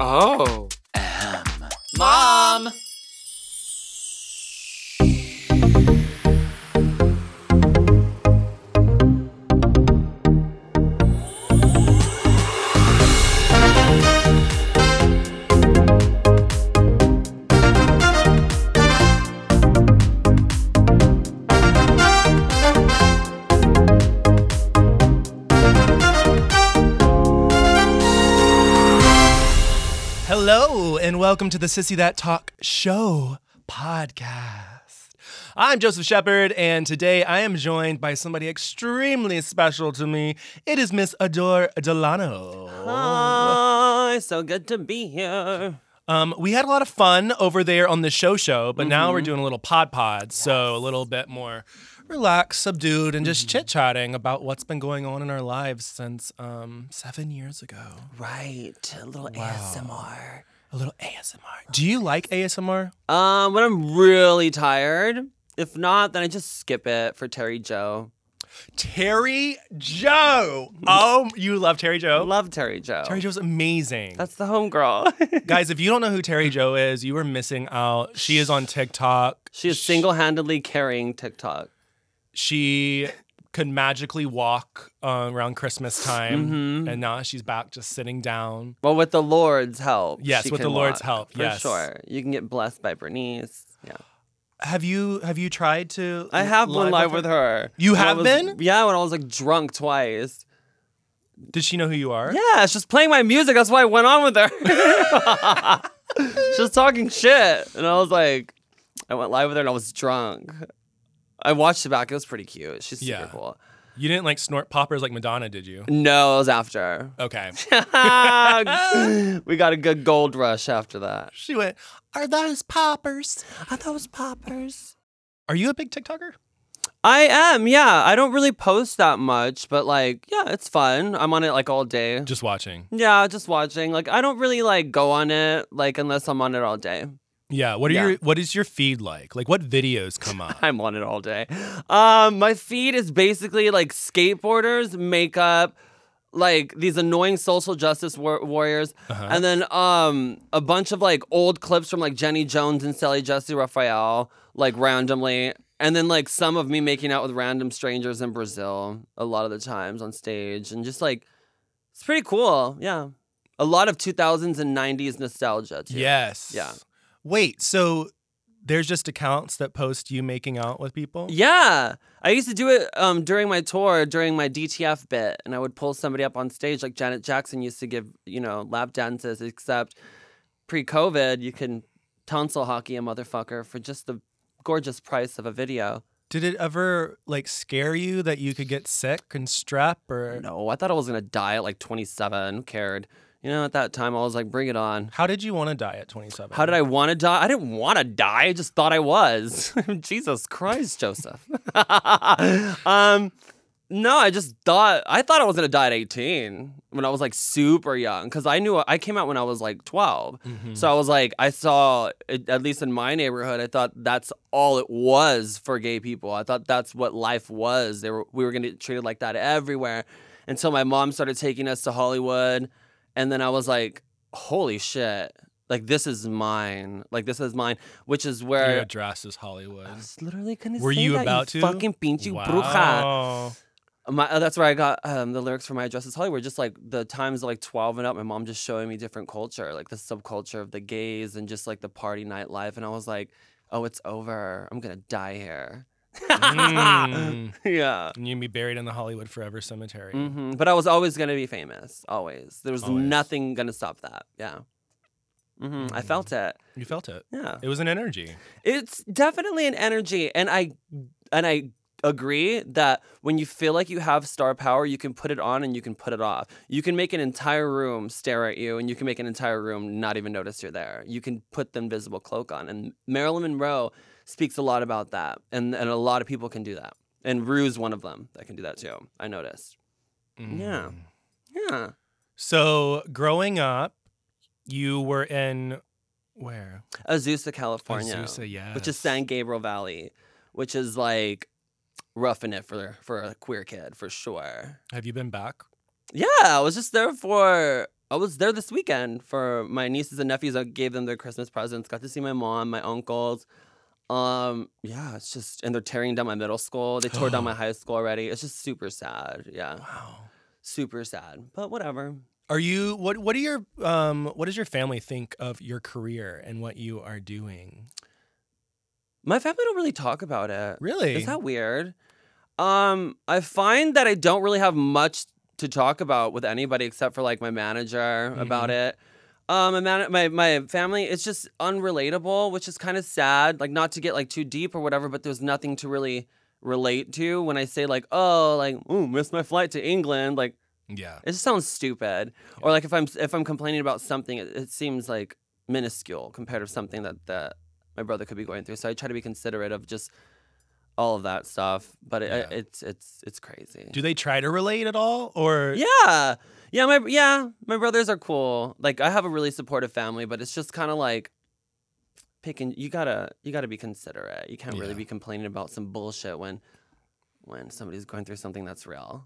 Oh. Mom! Hello, and welcome to the Sissy That Talk Show podcast. I'm Joseph Shepard, and today I am joined by somebody extremely special to me. It is Miss Adore Delano. Hi, so good to be here. Um, we had a lot of fun over there on the show show, but now we're doing a little pod pod, so a little bit more relaxed, subdued, and just chit chatting about what's been going on in our lives since um, seven years ago. Right, a little ASMR. A little ASMR. Do you like ASMR? Um, when I'm really tired, if not, then I just skip it for Terry Joe. Terry Joe. Oh, you love Terry I Joe. love Terry Joe. Terry Joe's amazing. That's the homegirl. Guys, if you don't know who Terry Joe is, you are missing out. She is on TikTok. she is single handedly carrying TikTok. She could magically walk uh, around Christmas time, Mm-hmm. and now she's back just sitting down. Well, with the Lord's help. Yes, she with can the Lord's walk, help, For yes. sure. You can get blessed by Bernice. Yeah. Have you have you tried to? I have one live with her. You When I have was- been? Yeah, when I was like drunk twice. Did she know who you are? Yeah, she's playing my music. That's why I went on with her. she was talking shit. And I was like, I went live with her and I was drunk. I watched it back. It was pretty cute. She's super Yeah. cool. You didn't like snort poppers like Madonna, did you? No, it was after. Okay. we got a good gold rush after that. she went. Are those poppers? Are those poppers? Are you a big TikToker? I am, yeah. I don't really post that much, but like, yeah, it's fun. I'm on it like all day. Just watching. yeah, just watching. Like, I don't really like go on it, like, unless I'm on it all day. Yeah. What are Yeah. your What is your feed like? Like, what videos come up? I'm on it all day. Um, my feed is basically like skateboarders, makeup, like these annoying social justice war- warriors, Uh-huh. and then um a bunch of like old clips from like Jenny Jones and Sally Jesse Raphael, like randomly, and then like some of me making out with random strangers in Brazil a lot of the times on stage, and just like it's pretty cool. Yeah, a lot of 2000s and 90s nostalgia too. Yes. Yeah. Wait, so there's just accounts that post you making out with people? Yeah. I used to do it um, during my tour, during my DTF bit, and I would pull somebody up on stage like Janet Jackson used to give, you know, lap dances, except pre COVID, you can tonsil hockey a motherfucker for just the gorgeous price of a video. Did it ever like scare you that you could get sick and strep or No, I thought I was gonna die at like 27. Who cared? You know, at that time, I was like, bring it on. how did you want to die at 27? How did I want to die? I didn't want to die. I just thought I was. Jesus Christ, Joseph. um, no, I just thought I thought I was gonna die at 18 when I was like super young because I knew I came out when I was like 12. Mm-hmm. So I Mm. was like, I saw at at least in my neighborhood, I thought that's all it was for gay people. I thought that's what life was. They were we were gonna get treated like that everywhere until my mom started taking us to Hollywood, and then I was like, holy shit. Like this is mine. Like this is mine, which is Your where address is Hollywood. I was literally gonna Were say you that, about to? fucking pinche bruja? Wow. my uh, that's where I got um, the lyrics for my address is Hollywood. Just like the times like twelve and up, my mom just showing me different culture, like the subculture of the gays and just like the party nightlife, and I was like, oh, it's over. I'm gonna die here. Mm. yeah. And you'd be buried in the Hollywood Forever Cemetery. hmm But I was always gonna be famous. Always. There was Always. Mm. nothing gonna stop that. Yeah. hmm I felt it. You felt it. Yeah. It was an energy. It's definitely an energy, and I and I agree that when you feel like you have star power, you can put it on and you can put it off. You can make an entire room stare at you, and you can make an entire room not even notice you're there. You can put the invisible cloak on, and Marilyn Monroe speaks a lot about that, and and a lot of people can do that, and Rue's one of them that can do that too. I noticed. Yeah. Mm. Yeah. So growing up, you were in where? Azusa, California. Azusa, yes. which is San Gabriel Valley, which is like roughing it for for a queer kid for sure. Have you been back? Yeah, I was just there for I was there this weekend for my nieces and nephews. I gave them their Christmas presents. Got to see my mom, my uncles. Um, yeah, it's just and they're tearing down my middle school. They tore down my high school already. It's just super sad. Yeah, Wow. super sad. But whatever. Are you what what do your um what does your family think of your career and what you are doing? My family don't really talk about it. Really? Is that weird? Um, I find that I don't really have much to talk about with anybody except for like my manager about it. Um, my, man- my my family, it's just unrelatable, which is kind of sad. Like not to get like too deep or whatever, but there's nothing to really relate to when I say like, oh, like, ooh, missed my flight to England. Like yeah. it just sounds stupid. Or like if I'm if I'm complaining about something, it, it seems like minuscule compared to something that that my brother could be going through. So I try to be considerate of just all of that stuff. But it, Yeah. it's it's it's crazy. Do they try to relate at all or yeah, yeah, my yeah, my brothers are cool. Like I have a really supportive family, but it's just kind of like picking. You gotta you gotta be considerate. You can't really Yeah. be complaining about some bullshit when when somebody's going through something that's real.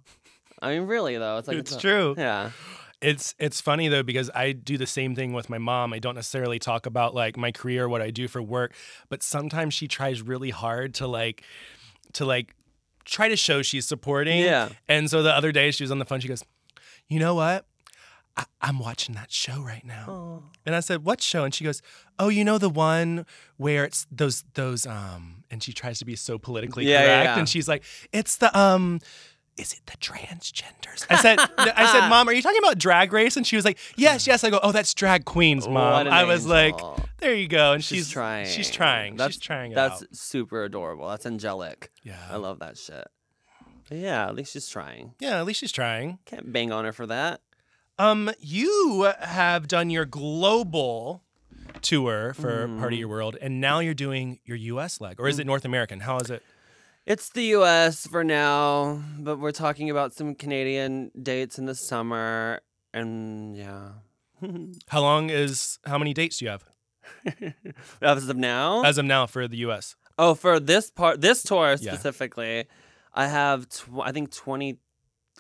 I mean, really though, it's like it's a- true. Yeah. It's it's funny though because I do the same thing with my mom. I don't necessarily talk about like my career, what I do for work, but sometimes she tries really hard to like to like try to show she's supporting. Yeah. And so the other day she was on the phone. She goes, "You know what? I- I'm watching that show right now." Oh. And I said, "What show?" And she goes, "Oh, you know the one where it's those those um." And she tries to be so politically Yeah, yeah, correct, yeah. and she's like, "It's the um." Is it the transgenders? I said, I said, Mom, are you talking about drag race? And she was like, Yes, yes. I go, Oh, that's drag queens, What Mom. an I was like, angel. There you go. And She's, she's, trying. She's trying. That's, she's trying it That's out. super adorable. That's angelic. I Yeah. love that shit. But yeah, at least she's trying. Yeah. At least she's trying. Can't bang on her for that. Um, you have done your global tour for part Mm. of your world, and now you're doing your U.S. leg, or is it North American? How is it? It's the U.S. for now, but we're talking about some Canadian dates in the summer, and yeah, How long is how many dates do you have as of now. as of now for the U.S.? oh, for this part, this tour Yeah. specifically, I have tw- I think twenty.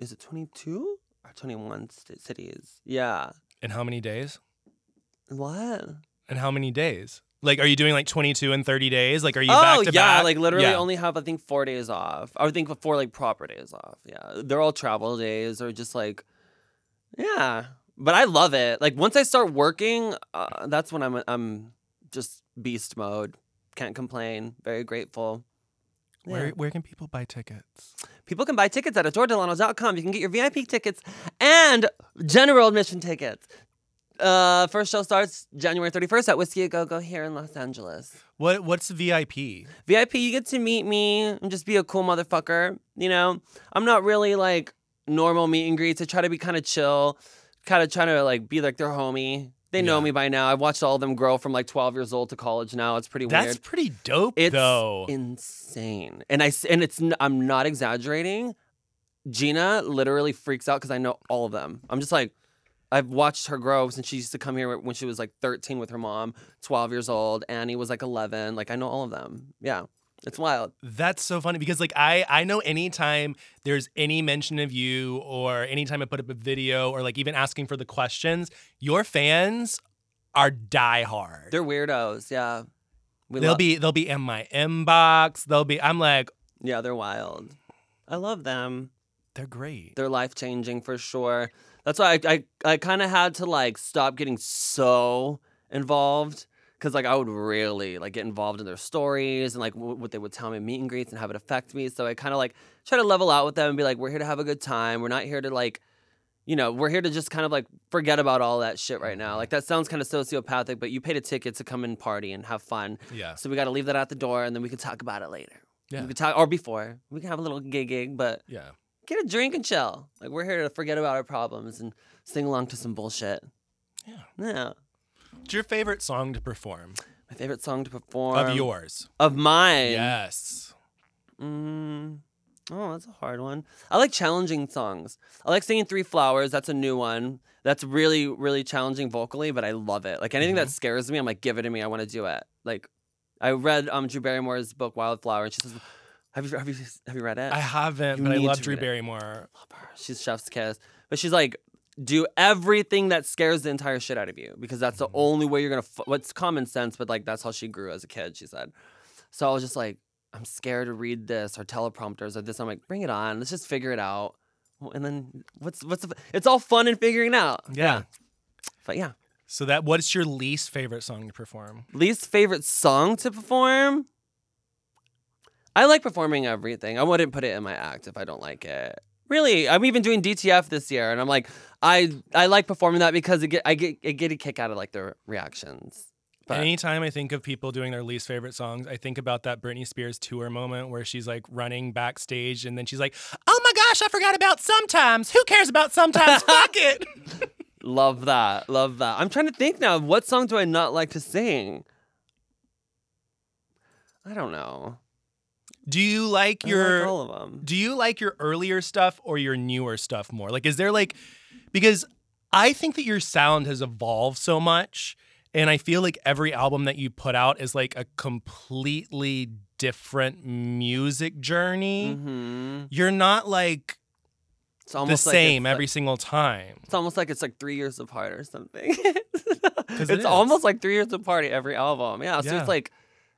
Is it twenty two or twenty one st- cities? Yeah. And how many days? What? And how many days? Like, are you doing like 22 and 30 days? Like, are you oh back to yeah, back? like literally Yeah. only have I think four days off. I would think four like proper days off. Yeah, they're all travel days or just like, yeah. But I love it. Like once I start working, uh, that's when I'm I'm just beast mode. Can't complain. Very grateful. Yeah. Where, where can people buy tickets? People can buy tickets at adoredelano.com. You can get your VIP tickets and general admission tickets. Uh, first show starts January 31st at Whiskey A Go Go here in Los Angeles. What What's VIP? VIP, you get to meet me and just be a cool motherfucker. You know, I'm not really like normal meet and greets. I try to be kind of chill, kind of trying to like be like their homie. They know Yeah. me by now. I've watched all of them grow from like 12 years old to college now. It's pretty That's weird. pretty dope, It's though. insane, and I s- and it's n- I'm not exaggerating. Gina literally freaks out because I know all of them. I'm just like, I've watched her grow since she used to come here when she was like 13 with her mom, 12 years old. Annie was like 11. Like I know all of them. Yeah, it's wild. That's so funny because like I I know anytime there's any mention of you or anytime I put up a video or like even asking for the questions, your fans are diehard. They're weirdos. Yeah, we They'll love- be they'll be in my inbox. They'll be I'm like Yeah, they're wild. I love them. they're great. They're life changing for sure. That's why I I, I kind of had to like stop getting so involved because like I would really like get involved in their stories and like w- what they would tell me in meet and greets and have it affect me. So I kind of like try to level out with them and be like, we're here to have a good time. We're not here to like. You know, we're here to just kind of like forget about all that shit right now. Like, that sounds kind of sociopathic, but you paid a ticket to come and party and have fun. Yeah. So we got to leave that at the door, and then we can talk about it later. Yeah. We can talk or before. We can have a little gig gig, but Yeah. get a drink and chill. Like we're here to forget about our problems and sing along to some bullshit. Yeah. Yeah. What's your favorite song to perform? My favorite song to perform Of yours. of mine. Yes. Mm. Oh, that's a hard one. I like challenging songs. I like singing Three Flowers. That's a new one. That's really, really challenging vocally, but I love it. Like anything Mm-hmm. that scares me, I'm like, give it to me. I want to do it. Like, I read um Drew Barrymore's book Wildflower, and she says, "Have you have you have you read it?" I haven't, You but I need love to Drew read it. Barrymore. She's chef's kiss, but she's like do everything that scares the entire shit out of you because that's the only way you're gonna. F- what's common sense, but like that's how she grew as a kid. She said. So I was just like, I'm scared to read this or teleprompters or this. I'm like, bring it on. Let's just figure it out. Well, And then what's what's the, it's all fun and figuring out. Yeah. But yeah, So that what's your least favorite song to perform? least favorite song to perform. I like performing everything. I wouldn't put it in my act if I don't like it. Really, I'm even doing DTF this year, and I'm like, I I like performing that because it get I get I get a kick out of like their reactions. But Anytime I think of people doing their least favorite songs, I think about that Britney Spears tour moment where she's like running backstage and then she's like, "Oh my gosh, I forgot about sometimes. Who cares about sometimes? Fuck it." love that, love that. I'm trying to think now. What song do I not like to sing? I don't know. Do you like I your like all of them. Do you like your earlier stuff or your newer stuff more? Like, is there like, because I think that your sound has evolved so much. And I feel like every album that you put out is like a completely different music journey. hmm You're not like It's almost the like it's same like- every single time. It's almost like it's like three years apart or something. it it's is. almost like three years apart every album. Yeah. So Yeah. it's like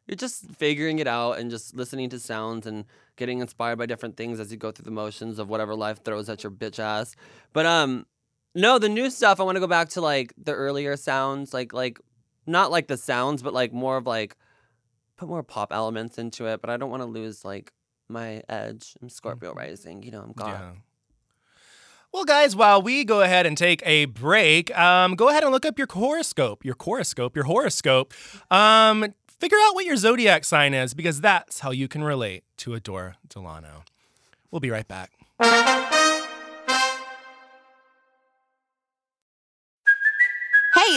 you're just figuring it out and just listening to sounds and getting inspired by different things as you go through the motions of whatever life throws at your bitch ass. But um no, the new stuff I want to go back to like the earlier sounds, like like not like the sounds, but like more of like put more pop elements into it. But I don't want to lose like my edge. I'm Scorpio rising, you know, I'm gone. Mm-hmm. Yeah. Well, guys, while we go ahead and take a break, um, go ahead and look up your horoscope, your horoscope, your horoscope. Um, figure out what your zodiac sign is because that's how you can relate to Adora Delano. We'll be right back. Hey,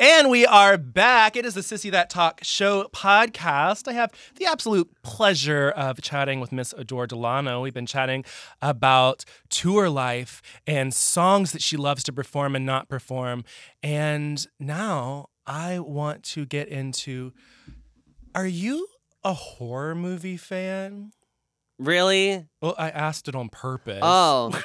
And we are back. It is the Sissy That Talk Show podcast. I have the absolute pleasure of chatting with Miss Adore Delano. We've been chatting about tour life and songs that she loves to perform and not perform. And now I want to get into Are you a horror movie fan? Really? Well, I asked it on purpose. Oh.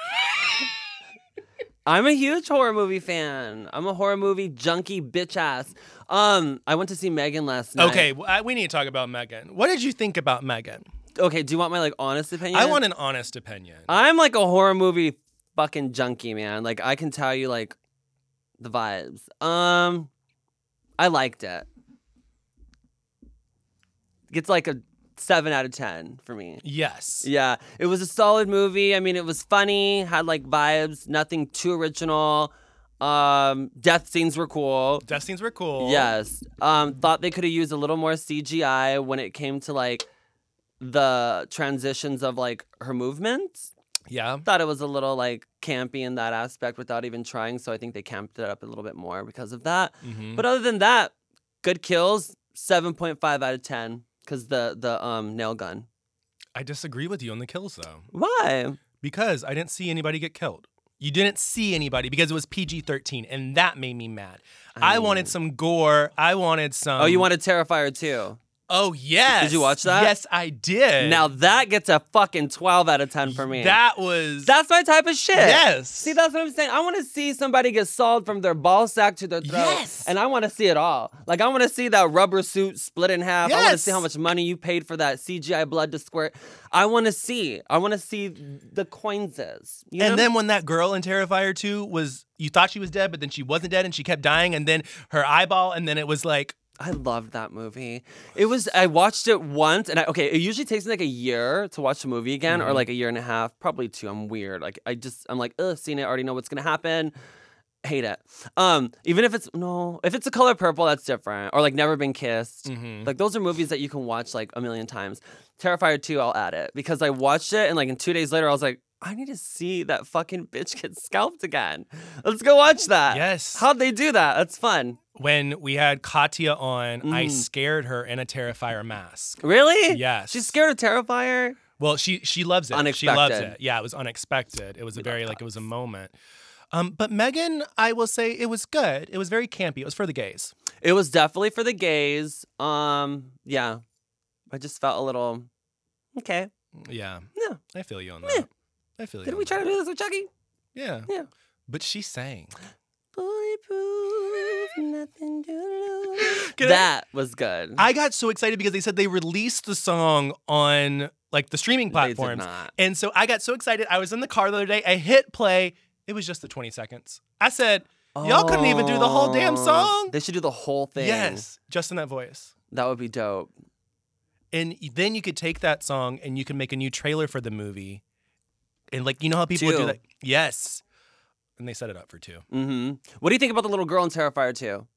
I'm a huge horror movie fan. I'm a horror movie junkie bitch ass. Um, I went to see Megan last night. Okay, well, I- we need to talk about Megan. What did you think about Megan? Okay, do you want my like honest opinion? I want an honest opinion. I'm like a horror movie fucking junkie, man. Like I can tell you like the vibes. Um I liked it. It's like a 7 out of 10 for me. yes. Yeah, it was a solid movie. I mean, it was funny, had like vibes, nothing too original. Um, death scenes were cool. Death scenes were cool. Yes. Um, thought they could have used a little more CGI when it came to like the transitions of like her movements. Yeah. Thought it was a little like campy in that aspect without even trying. So I think they camped it up a little bit more because of that. Mhm. But other than that, good kills, seven point five out of ten because the the um nail gun. I disagree with you on the kills though, Why? because I didn't see anybody get killed. You didn't see anybody because it was PG 13, and that made me mad. I, wanted some gore. I wanted some. Oh, you wanted Terrifier too. Oh, yes. Did you watch that? Yes, I did. Now that gets a fucking 12 out of 10 for me. eh. that was. that's my type of shit. Yes. See, that's what I'm saying. I want to see somebody get sawed from their ball sack to their throat. Yes. And I want to see it all. Like, I want to see that rubber suit split in half. I want to see Yes. how much money you paid for that CGI blood to squirt. I want to see. I want to see the coinses. You know? and then when that girl in Terrifier 2 was, you thought she was dead, but then she wasn't dead and she kept dying, and then her eyeball, and then it was like, I loved that movie. It was I watched it once and I okay, it usually takes me like a year to watch a movie again or like a year and a half, probably two. I'm weird. Like I just I'm like, ugh, seen it, already know what's gonna happen. Hate it. Um, even if it's no, if it's a color purple, that's different. Or like never been kissed. Mm-hmm. Like those are movies that you can watch like a million times. Terrifier 2, I'll add it. Because I watched it and like in two days later I was like, I need to see that fucking bitch get scalped again. Let's go watch that. Yes. How'd they do that? That's fun. When we had Katya on, I Mm. scared her in a Terrifier mask. Really? Yes. She's scared of Terrifier. Well, she she loves it. She loves Unexpected. it. Yeah, it was unexpected. It was a very like it was a moment. Um, but Megan, I will say it was good. It was very campy. It was for the gays. It was definitely for the gays. Um, yeah. I just felt a little okay. Yeah. Yeah. I feel you on that. I feel you. Did on we try that. to do this with Chucky? Yeah. Yeah. But she sang. Bulletproof, nothing to lose. Can I- that was good. I got so excited because they said they released the song on like the streaming They did platforms. not. And so I got so excited. I was in the car the other day. I hit play. It was just the 20 seconds. I said, Y'all couldn't even do the whole damn Oh, song? They should do the whole thing. Yes, just in that voice. That would be dope. And then you could take that song and you can make a new trailer for the movie. And like, you know how people Two. do that? Yes. And they set it up for two. hmm What do you think about the little girl in Terrifier 2?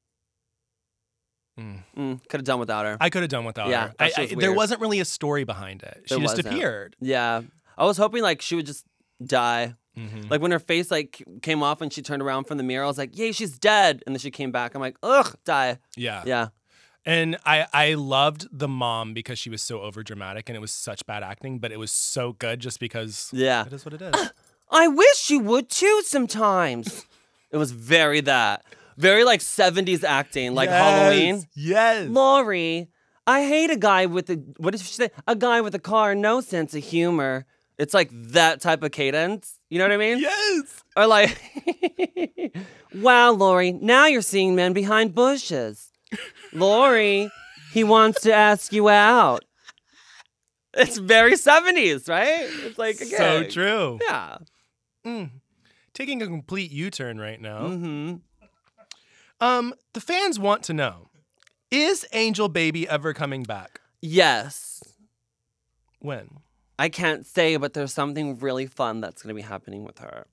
Mm. Could have done without her. I could have done without Yeah, her. that I, shit I, was there weird. wasn't really a story behind it. There she just wasn't. appeared. yeah. I was hoping like she would just die. Mhm. Like when her face like came off and she turned around from the mirror, I was like, "Yay, she's dead!" And then she came back. I'm like, "Ugh, die." Yeah. Yeah, And I I loved the mom because she was so over dramatic and it was such bad acting, but it was so good just because yeah. it is what it is. I wish you would too sometimes. it was very that, very like 70s acting, like Halloween. Yes. Lori, I hate a guy with a what did she say? A guy with a car, no sense of humor. It's like that type of cadence. You know what I mean? Yes. Or like, wow, Lori, now you're seeing men behind bushes. Lori, he wants to ask you out. It's very 70s, right? It's like, again. So true. Yeah. Taking a complete U-turn right now. Mm-hmm. Um, the fans want to know: Is Angel Baby ever coming back? Yes. When? I can't say, but there's something really fun that's going to be happening with her.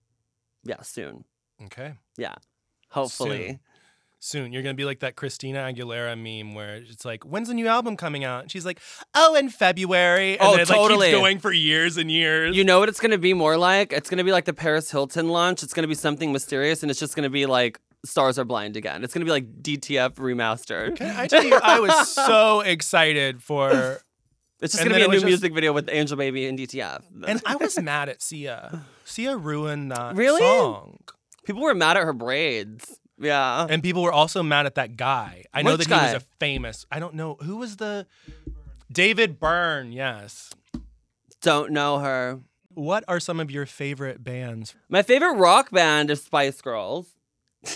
Yeah, soon. Okay. Yeah. Hopefully. Soon. Soon. You're gonna be like that Christina Aguilera meme where it's like, "When's the new album coming out?" And she's like, "Oh, in February." And Oh, then it, like, keeps totally. going for years and years. You know what it's gonna be more like? It's gonna be like the Paris Hilton launch. It's gonna be something mysterious, and it's just gonna be like stars are blind again. It's gonna be like DTF remastered. Can I tell you, I was so excited for It's just And gonna be a new then it was just- music video with Angel Baby and DTF. And I was mad at Sia. Sia ruined that Really? song. people were mad at her braids. Yeah. And people were also mad at that guy. I know Which that he was guy? a famous. I don't know who was the David Byrne. Yes. Don't know her. What are some of your favorite bands? My favorite rock band is Spice Girls.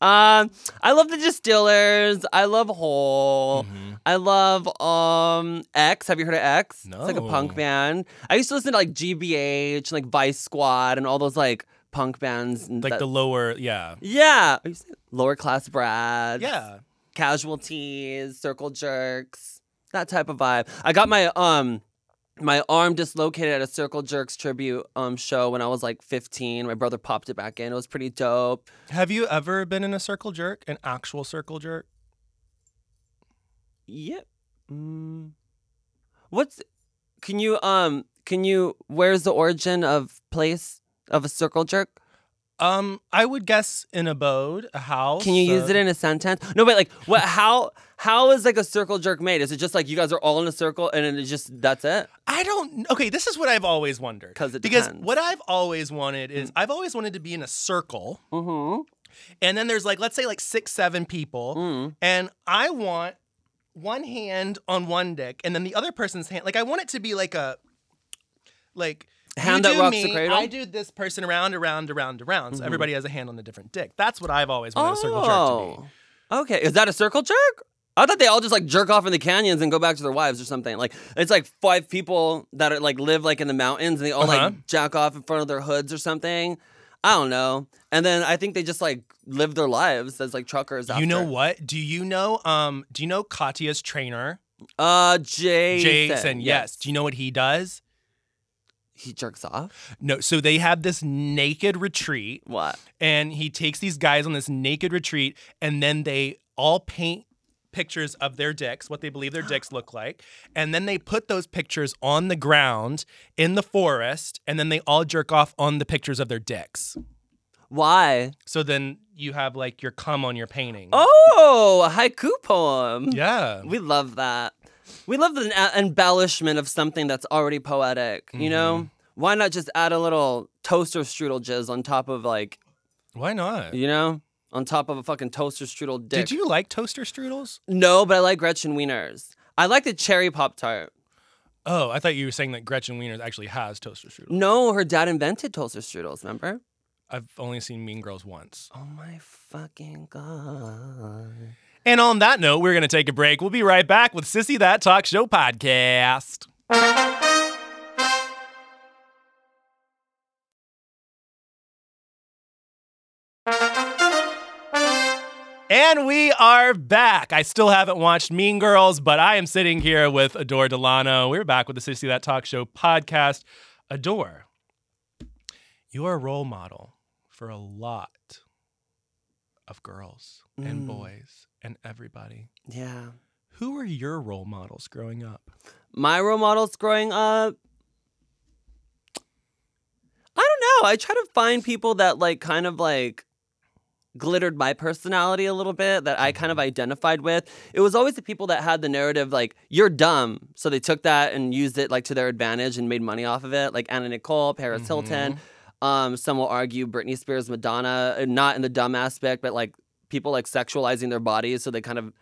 um, I love the Distillers. I love Hole. Mm-hmm. I love um X. Have you heard of X? It's like a punk No. band. I used to listen to like GBH and like Vice Squad and all those like punk bands. and Like that- the lower, yeah. yeah, Are you saying lower class brads. Yeah. casualties, circle jerks, that type of vibe. I got my um my arm dislocated at a circle jerks tribute um show when I was like 15. My brother popped it back in. It was pretty dope. Have you ever been in a circle jerk? An actual circle jerk? Yep. Mm. What's can you um can you where's the origin of place of a circle jerk? Um, I would guess an abode, a house. Can you use uh, it in a sentence? No, but like what how how is like a circle jerk made? Is it just like you guys are all in a circle and then it's just that's it? I don't. Okay, this is what I've always wondered. 'Cause it because depends. what I've always wanted is I've always wanted to be in a circle. Mhm. And then there's like, let's say like six, seven people. Mm. And I want one hand on one dick and then the other person's hand. Like, I want it to be like a, like, you Hand that do rocks me, the cradle? Mm-hmm. I do this person around, around, around, around. So everybody has a hand on a different dick. That's what I've always wanted a circle jerk to be. Oh. Okay. Is that a circle jerk? I thought they all just like jerk off in the canyons and go back to their wives or something. Like it's like five people that are like live like in the mountains and they all Uh-huh. like jack off in front of their hoods or something. I don't know. And then I think they just like live their lives as like truckers. After. You know what? Do you know, um, do you know Katya's trainer? Uh, Jason. Jason, yes. Do you know what he does? He jerks off. No, so they have this naked retreat. What? and he takes these guys on this naked retreat and then they all paint pictures of their dicks, what they believe their dicks look like, and then they put those pictures on the ground in the forest, and then they all jerk off on the pictures of their dicks. Why? So then you have like your cum on your painting. Oh, a haiku poem. yeah. We love that. We love the en- embellishment of something that's already poetic, you know? Why not just add a little toaster strudel jizz on top of, like, Why not? you know, on top of a fucking toaster strudel dick? Did you like toaster strudels? No, but I like Gretchen Wieners. I like the cherry Pop Tart. Oh, I thought you were saying that Gretchen Wieners actually has toaster strudels. No, her dad invented toaster strudels, remember? I've only seen Mean Girls once. Oh my fucking god. And on that note, we're going to take a break. We'll be right back with Sissy That Talk Show podcast. And we are back. I still haven't watched Mean Girls, but I am sitting here with Adore Delano. We're back with the Sissy That Talk Show podcast. Adore, you are a role model for a lot of girls and boys and everybody. Yeah. Who were your role models growing up? my role models growing up i don't know i try to find people that like kind of like glittered my personality a little bit that i kind of identified with it was always the people that had the narrative like you're dumb so they took that and used it like to their advantage and made money off of it like anna nicole paris hilton um, some will argue britney spears madonna and not in the dumb aspect but like people like sexualizing their bodies so they kind of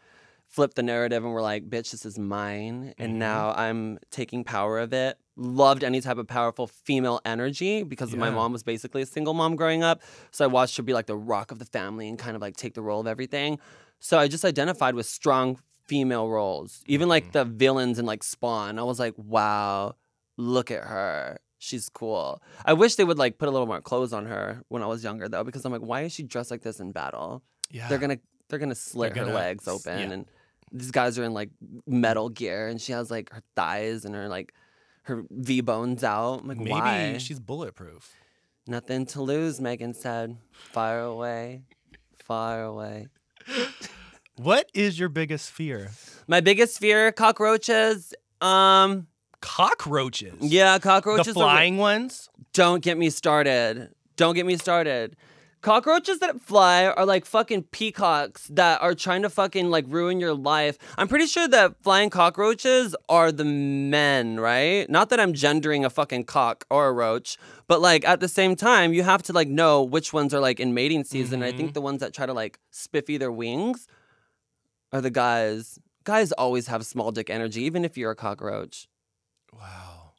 flipped the narrative and were like, bitch, this is mine. And now I'm taking power of it. Loved any type of powerful female energy because my Yeah. mom was basically a single mom growing up. So I watched her be like the rock of the family and kind of like take the role of everything. So I just identified with strong female roles, even like the villains in like Spawn. I was like, wow, look at her. She's cool. I wish they would like put a little more clothes on her when I was younger though, because I'm like, why is she dressed like this in battle? Yeah. they're gonna they're gonna slit gonna her legs s- open yeah. and these guys are in like metal gear and she has like her thighs and her like her V bones out. I'm like, Maybe why? she's bulletproof. Nothing to lose, Megan said. Far away. Far away. What is your biggest fear? My biggest fear, cockroaches. Um Cockroaches. yeah, The cockroaches are re- flying ones? Don't get me started. Don't get me started. Cockroaches that fly are like fucking peacocks that are trying to fucking like ruin your life. I'm pretty sure that flying cockroaches are the men, right? Not that I'm gendering a fucking cock or a roach, but like at the same time, you have to like know which ones are like in mating season. And I think the ones that try to like spiffy their wings are the guys. Guys always have small dick energy, even if you're a cockroach. Wow.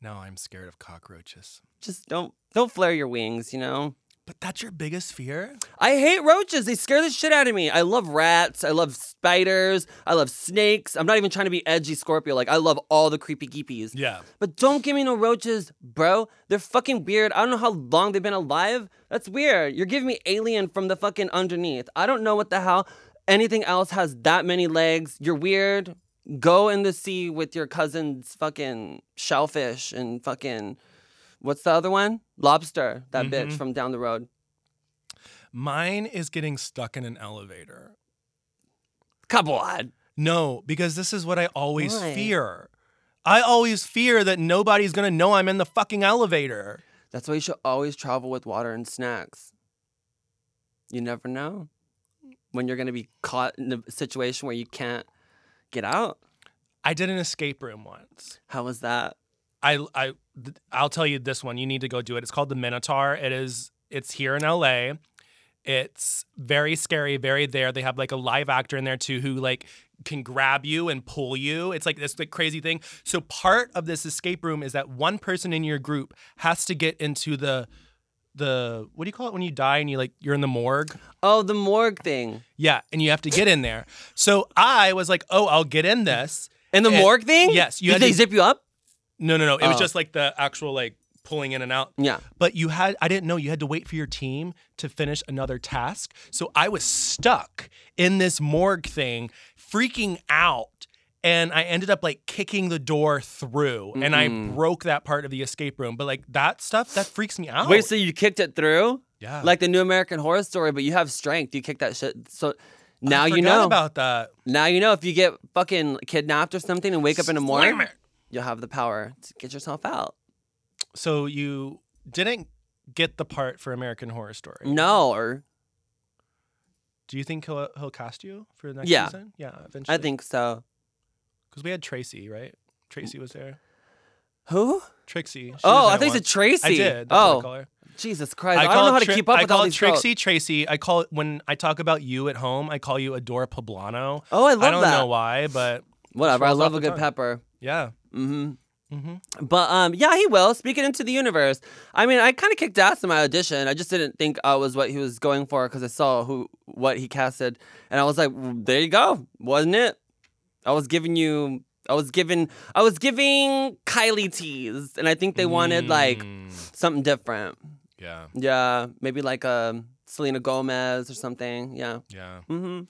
Now I'm scared of cockroaches. Just don't don't flare your wings, you know? But that's your biggest fear? I hate roaches. They scare the shit out of me. I love rats. I love spiders. I love snakes. I'm not even trying to be edgy Scorpio. Like, I love all the creepy geepies. Yeah. But don't give me no roaches, bro. They're fucking weird. I don't know how long they've been alive. That's weird. You're giving me alien from the fucking underneath. I don't know what the hell. Anything else has that many legs. You're weird. Go in the sea with your cousin's fucking shellfish and fucking. What's the other one? Lobster. That bitch from down the road. Mine is getting stuck in an elevator. Come on. No, because this is what I always Why? fear. I always fear that nobody's going to know I'm in the fucking elevator. That's why you should always travel with water and snacks. You never know when you're going to be caught in a situation where you can't get out. I did an escape room once. How was that? I I th- I'll tell you this one. You need to go do it. It's called the Minotaur. It is it's here in LA. It's very scary, very there. They have like a live actor in there too who like can grab you and pull you. It's like this like crazy thing. So part of this escape room is that one person in your group has to get into the the what do you call it when you die and you like you're in the morgue? Oh, the morgue thing. Yeah, and you have to get in there. So I was like, "Oh, I'll get in this." And the And- morgue thing? yes, you Did had they to- zip you up? No, no, no. It was Oh. just like the actual like pulling in and out. Yeah. But you had I didn't know you had to wait for your team to finish another task. So I was stuck in this morgue thing, freaking out. And I ended up like kicking the door through and I Mm-hmm. broke that part of the escape room. But like that stuff, that freaks me out. Wait, so you kicked it through? yeah. Like the new American Horror Story, but you have strength. You kick that shit. So Now you Forgot know. about that. now you know if you get fucking kidnapped or something and wake up in the morning, you'll have the power to get yourself out. So you didn't get the part for American Horror Story. No, or Do you think he'll he'll cast you for the next Yeah. season? Yeah, eventually. I think so. because we had Tracy, right? Mm. Tracy was there. Who? Trixie. she oh, was I there think once. it's a Tracy. I did. That's what I call oh, her. Jesus Christ! I, call don't know how to Tri- keep up I with call all these girls. Trixie Tracy. I call when I talk about you at home. I call you Adora Poblano. Oh, I love I don't that. know why, but Whatever. I rolls love off a the good tongue. pepper. yeah. hmm Mm-hmm. But um, yeah, he will. Speaking into the universe. I mean, I kind of kicked ass in my audition. I just didn't think I was what he was going for because I saw who what he casted, and I was like, "Well, there you go, wasn't it? I was giving you. I was giving. I was giving Kylie teas, and I think they wanted like Mm. something different. Yeah, Yeah, maybe like a Selena Gomez or something. Yeah. yeah. hmm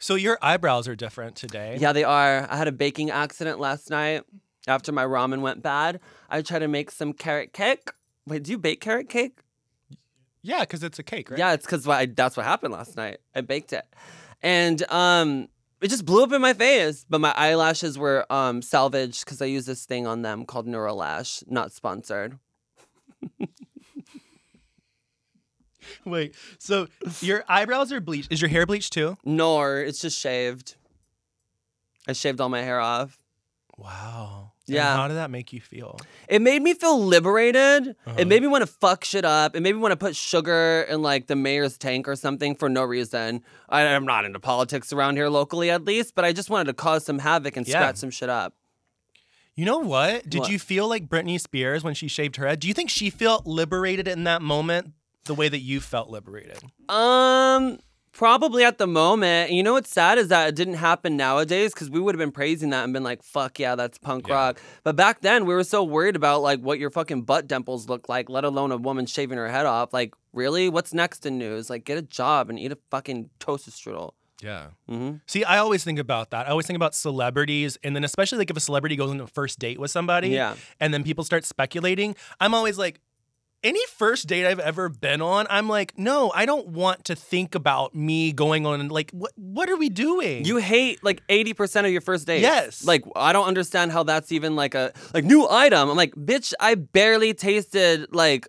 So your eyebrows are different today. Yeah, they are. I had a baking accident last night after my ramen went bad. I tried to make some carrot cake. Wait, do you bake carrot cake? Yeah, because it's a cake, right? Yeah, it's because that's what happened last night. I baked it, and um, it just blew up in my face. But my eyelashes were um salvaged because I used this thing on them called Neuralash. Not sponsored. Wait. So your eyebrows are bleached. Is your hair bleached too? Nor it's just shaved. I shaved all my hair off. Wow. Yeah. And how did that make you feel? It made me feel liberated. It made me want to fuck shit up. It made me want to put sugar in like the mayor's tank or something for no reason. I, am not into politics around here locally, at least, but I just wanted to cause some havoc and Yeah. scratch some shit up. You know what? Did What? you feel like Britney Spears when she shaved her head? Do you think she felt liberated in that moment the way that you felt liberated? Um, probably at the moment. And you know what's sad is that it didn't happen nowadays because we would have been praising that and been like, "Fuck yeah, that's punk rock." But back then, we were so worried about like what your fucking butt dimples look like, let alone a woman shaving her head off. Like, really, what's next in news? Like, get a job and eat a fucking toaster strudel. Yeah. Mhm. See, I always think about that. I always think about celebrities, and then especially like if a celebrity goes on a first date with somebody, Yeah. and then people start speculating. I'm always like, any first date I've ever been on, I'm like, no, I don't want to think about me going on. and Like, what what are we doing? You hate like 80% of your first dates. Yes. Like, I don't understand how that's even like a like new item. I'm like, bitch, I barely tasted like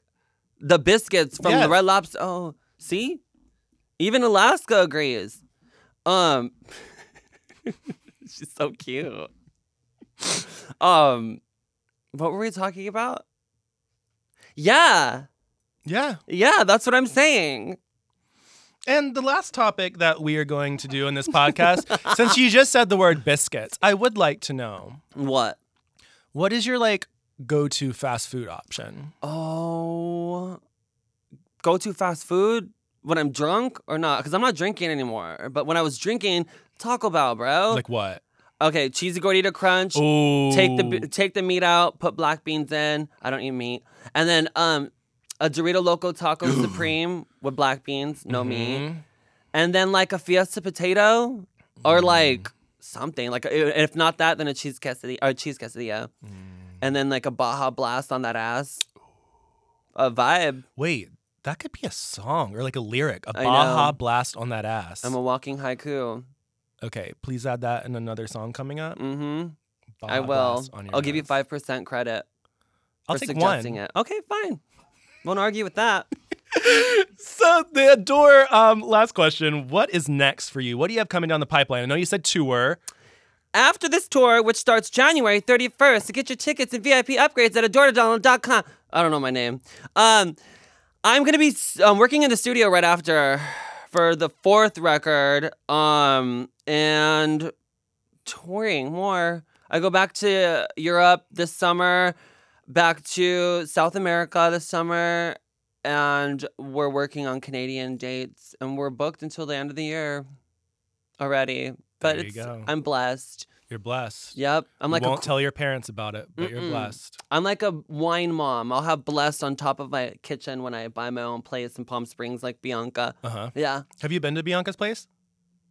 the biscuits from Yes. the Red Lobster. Oh, see? Even Alaska agrees. Um She's so cute. Um what were we talking about? Yeah. yeah. Yeah, that's what I'm saying. And the last topic that we are going to do in this podcast, since you just said the word biscuits, I would like to know What? what is your like go to fast food option? Oh, go to fast food when I'm drunk or not? Because I'm not drinking anymore. But when I was drinking, Taco Bell, bro. Like what? okay, cheesy gordita crunch. Oh, Oh. Take the b- take the meat out. Put black beans in. I don't eat meat. And then um, a Dorito Loco Taco Supreme with black beans, no Mm-hmm. meat. And then like a Fiesta potato Mm. or like something like a, if not that, then a cheese quesadilla or a cheese quesadilla. Mm. And then like a Baja Blast on that ass. A vibe. Wait, that could be a song or like a lyric. A I Baja know. blast on that ass. I'm a walking haiku. okay, please add that in another song coming up. Mm-hmm. Baja I will. Blast on your I'll give you ass. five percent credit I'll for take suggesting one. it. Okay, fine. Won't argue with that. So the adore. Um, last question. What is next for you? What do you have coming down the pipeline? I know you said tour. After this tour, which starts January 31st, to get your tickets and VIP upgrades at adoredonald.com. I don't know my name. Um, I'm gonna be s- um, working in the studio right after for the fourth record. Um, and touring more. I go back to Europe this summer, back to South America this summer, and we're working on Canadian dates, and we're booked until the end of the year already. But There you it's go. I'm blessed. You're blessed. Yep, I'm like you a, won't tell your parents about it, but you're Mm-mm. blessed. I'm like a wine mom. I'll have blessed on top of my kitchen when I buy my own place in Palm Springs, like Bianca. Uh huh. Yeah, Have you been to Bianca's place?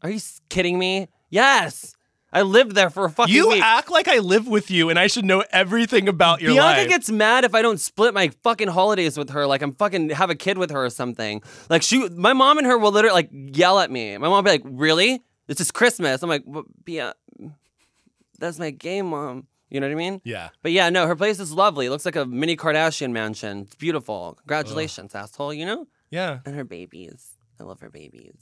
are you s- kidding me? Yes, I lived there for a fucking You week. act like I live with you, and I should know everything about your Bianca life. gets mad if I don't split my fucking holidays with her. Like I'm fucking have a kid with her or something. Like she, my mom and her will literally like yell at me. My mom will be like, "Really? This is Christmas. I'm like, but yeah, that's my game, mom. You know what I mean? Yeah. But yeah, no, her place is lovely. It looks like a mini Kardashian mansion. It's beautiful. Congratulations, asshole. You know? Yeah. And her babies. I love her babies.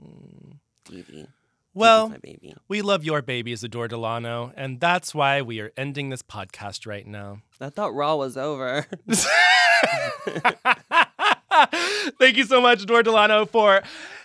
Dee Dee. Dee Dee's Well, my baby. we love your babies, Adore Delano, and that's why we are ending this podcast right now. I thought Raw was over. Thank you so much, Adore Delano, for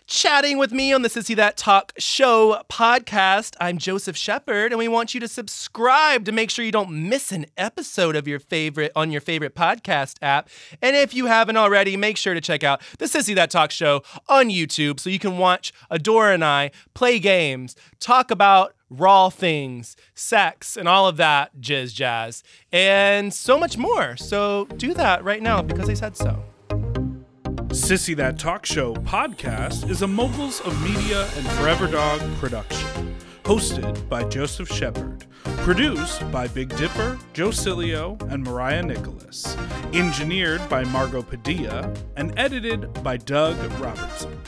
chatting with me on the Sissy That Talk Show podcast. I'm Joseph Shepard, and we want you to subscribe to make sure you don't miss an episode of your favorite on your favorite podcast app. And if you haven't already, make sure to check out the Sissy That Talk Show on YouTube so you can watch Adore and I play games, talk about raw things, sex, and all of that jizz jazz, and so much more. So do that right now because I said so. Sissy That Talk Show podcast is a Moguls of Media and Forever Dog production. Hosted by Joseph Shepard. Produced by Big Dipper, Joe Cilio, and Mariah Nicholas. Engineered by Margot Padilla. And edited by Doug Robertson.